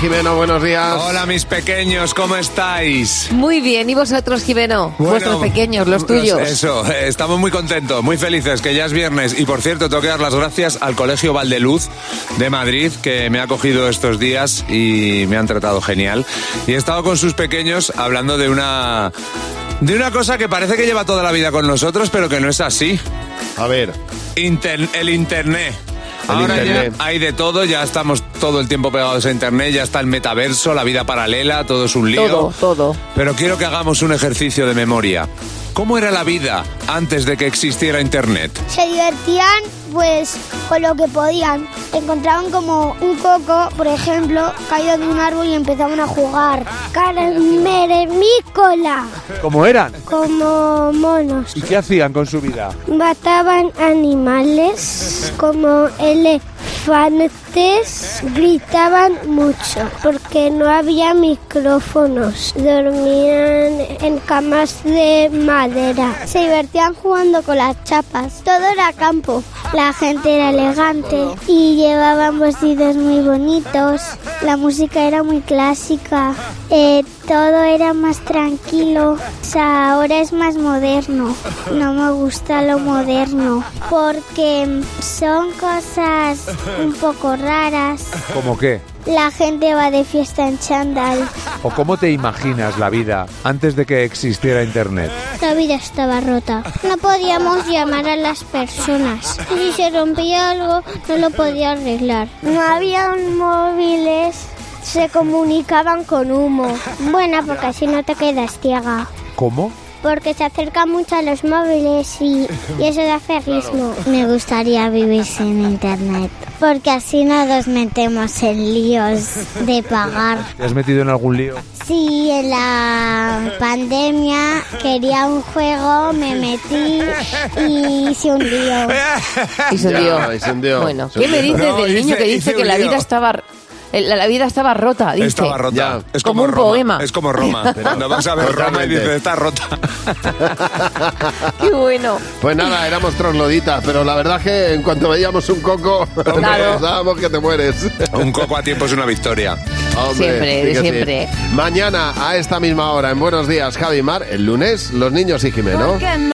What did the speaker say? Jimeno, buenos días. Hola mis pequeños, ¿cómo estáis? Muy bien, ¿y vosotros, Jimeno? Bueno, Vuestros pequeños, los tuyos. Eso, eh, estamos muy contentos, muy felices, que ya es viernes. Y por cierto, tengo que dar las gracias al Colegio Valdeluz de Madrid, que me ha acogido estos días y me han tratado genial. Y he estado con sus pequeños hablando de una... De una cosa que parece que lleva toda la vida con nosotros, pero que no es así. A ver, Inter- el internet. El Ahora internet. ya hay de todo, ya estamos todo el tiempo pegados a internet, ya está el metaverso, la vida paralela, todo es un lío. Todo, todo. Pero quiero que hagamos un ejercicio de memoria. ¿Cómo era la vida antes de que existiera internet? Se divertían pues con lo que podían. Encontraban como un coco, por ejemplo, caído de un árbol y empezaban a jugar. Meremícola, ¿Cómo eran? como monos. ¿Y qué hacían con su vida? Mataban animales como elefantes, gritaban mucho porque no había micrófonos, dormían en camas de madera, se divertían jugando con las chapas, todo era campo, la gente era elegante y llevaban vestidos muy bonitos, la música era muy clásica, eh, todo era más tranquilo, o sea, ahora es más moderno, no me gusta lo moderno porque son cosas un poco raras. ¿Cómo qué? La gente va de fiesta en chándal. ¿O cómo te imaginas la vida antes de que existiera internet? La vida estaba rota. No podíamos llamar a las personas. Si se rompía algo, no lo podía arreglar. No habían móviles. Se comunicaban con humo. Bueno, porque así no te quedas ciega. ¿Cómo? Porque se acercan mucho a los móviles y, y eso da ferrismo. Me gustaría vivir sin internet. Porque así no nos metemos en líos de pagar. ¿Te has metido en algún lío? Sí, en la pandemia quería un juego, me metí y hice un lío. Y se Ya, hundió. y se hundió. Bueno, Se ¿qué me hundió. dices No, del niño hice- que hice dice que un la lío. vida estaba el- la, vida estaba rota, dice? Estaba rota. Ya. Es Como como, un Roma. poema. Es como Roma. Cuando vas a ver Roma y Totalmente. dices, está rota. Qué bueno. pues nada, éramos trogloditas, pero la verdad es que en cuanto veíamos un coco, Claro. pensábamos que te mueres. un coco a tiempo es una victoria. Hombre, Siempre, de sí que sí. siempre. Mañana a esta misma hora, en Buenos Días, Javi Mar, el lunes, los niños y Jimeno.